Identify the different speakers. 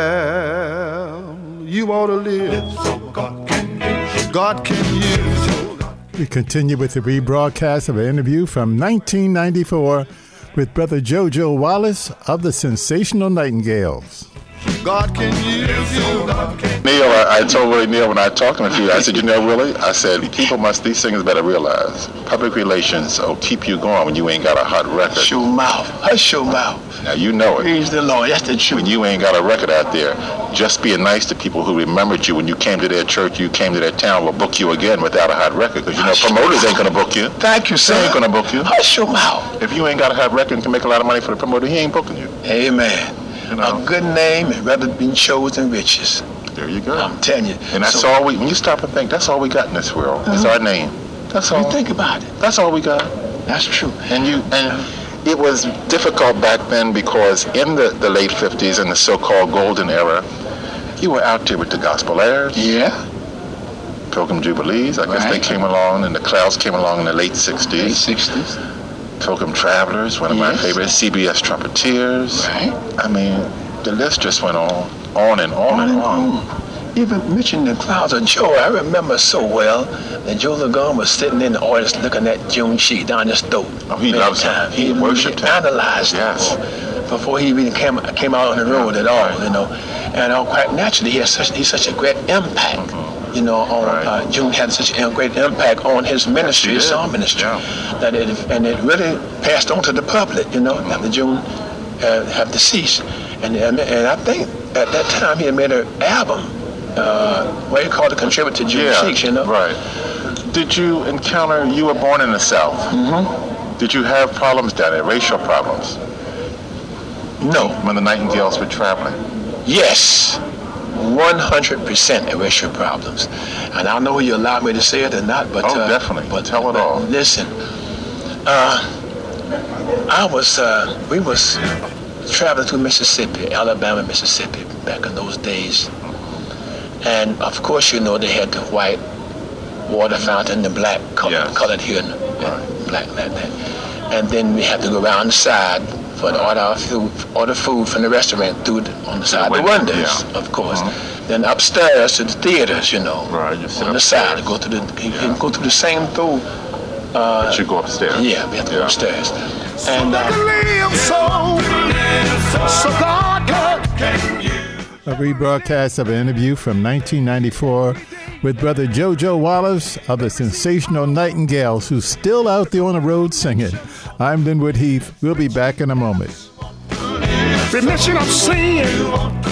Speaker 1: Well, you ought to live. God can use.
Speaker 2: We continue with the rebroadcast of an interview from 1994 with Brother JoJo Wallace of the Sensational Nightingales.
Speaker 1: God can use you.
Speaker 3: Neil, I, I told Willie Neal when I talked to him a few, I said, you know, Willie, I said, people must, these singers better realize, public relations will keep you going when you ain't got a hot record.
Speaker 4: Hush your mouth. Hush your mouth.
Speaker 3: Now, you know it.
Speaker 4: Praise the Lord. That's the
Speaker 3: When
Speaker 4: truth.
Speaker 3: you ain't got a record out there, just being nice to people who remembered you when you came to their church, you came to their town, will book you again without a hot record. Because, you know, promoters ain't going to book you.
Speaker 4: Thank you, sir.
Speaker 3: ain't gonna book you.
Speaker 4: Hush your mouth.
Speaker 3: If you ain't got a hot record and can make a lot of money for the promoter, he ain't booking you.
Speaker 4: Amen.
Speaker 3: You know.
Speaker 4: A good name is rather be chosen riches.
Speaker 3: There you go.
Speaker 4: I'm telling you.
Speaker 3: And that's
Speaker 4: so
Speaker 3: all we, when you stop and think, that's all we got in this world. It's our name. That's all.
Speaker 4: You think about it.
Speaker 3: That's all we got.
Speaker 4: That's true.
Speaker 3: And you and it was difficult back then because in the, the late 50s and the so-called golden era, you were out there with the gospel airs,
Speaker 4: Yeah.
Speaker 3: Pilgrim Jubilees. I guess they
Speaker 4: Right.
Speaker 3: came along and the clouds came along in the late 60s.
Speaker 4: Sixties.
Speaker 3: Pilgrim Travelers, one of
Speaker 4: Yes.
Speaker 3: my favorites. CBS Trumpeteers.
Speaker 4: Right.
Speaker 3: I mean, the list just went on, on and on,
Speaker 4: On
Speaker 3: and,
Speaker 4: and
Speaker 3: on.
Speaker 4: on. Even mentioning the clouds of joy, I remember so well that Joe Lagon was sitting in the audience looking at June Sheet down his throat.
Speaker 3: Oh, he
Speaker 4: Big
Speaker 3: loves her. He worshipped her.
Speaker 4: Analyzed her
Speaker 3: Yes.
Speaker 4: before- before he even came came out on the road at all, you know. And uh, quite naturally, he has such he's such a great impact. You know, on
Speaker 3: Mm-hmm. Right.
Speaker 4: uh, June had such a great impact on his ministry,
Speaker 3: he
Speaker 4: his
Speaker 3: did.
Speaker 4: song ministry,
Speaker 3: Yeah.
Speaker 4: that it and it really passed on to the public. You know, after June uh, have deceased, and, and and I think at that time he had made an album, uh, what you call it, contribute to June
Speaker 3: Yeah,
Speaker 4: Six. You know,
Speaker 3: right. Did you encounter? You were born in the South. Mm-hmm. Did you have problems down there? Racial problems
Speaker 4: no,
Speaker 3: when the Nightingales were traveling?
Speaker 4: yes. 100% racial problems. And I know you allowed me to say it or not, but...
Speaker 3: Oh, definitely. Tell it all.
Speaker 4: Listen, uh, I was, uh, we was traveling through Mississippi, Alabama, Mississippi, back in those days. And of course, you know, they had the white water fountain, the black color,
Speaker 3: Yes.
Speaker 4: colored here, and and black like that. And then we had to go around the side for the order our food, order food from the restaurant through the, on Uh, the side of the
Speaker 3: window,
Speaker 4: windows,
Speaker 3: yeah. Uh-huh.
Speaker 4: of course. Then upstairs to the theaters, you know,
Speaker 3: Right, you sit
Speaker 4: on the
Speaker 3: upstairs.
Speaker 4: side, go to the you can go through the same through.
Speaker 3: Did you go upstairs?
Speaker 4: Yeah, we have to go upstairs. And uh,
Speaker 1: Live so, so God can use.
Speaker 2: A rebroadcast of an interview from 1994 with Brother JoJo Wallace of the Sensational Nightingales, who's still out there on the road singing. I'm Linwood Heath. We'll be back in a moment.
Speaker 1: Remission of sin.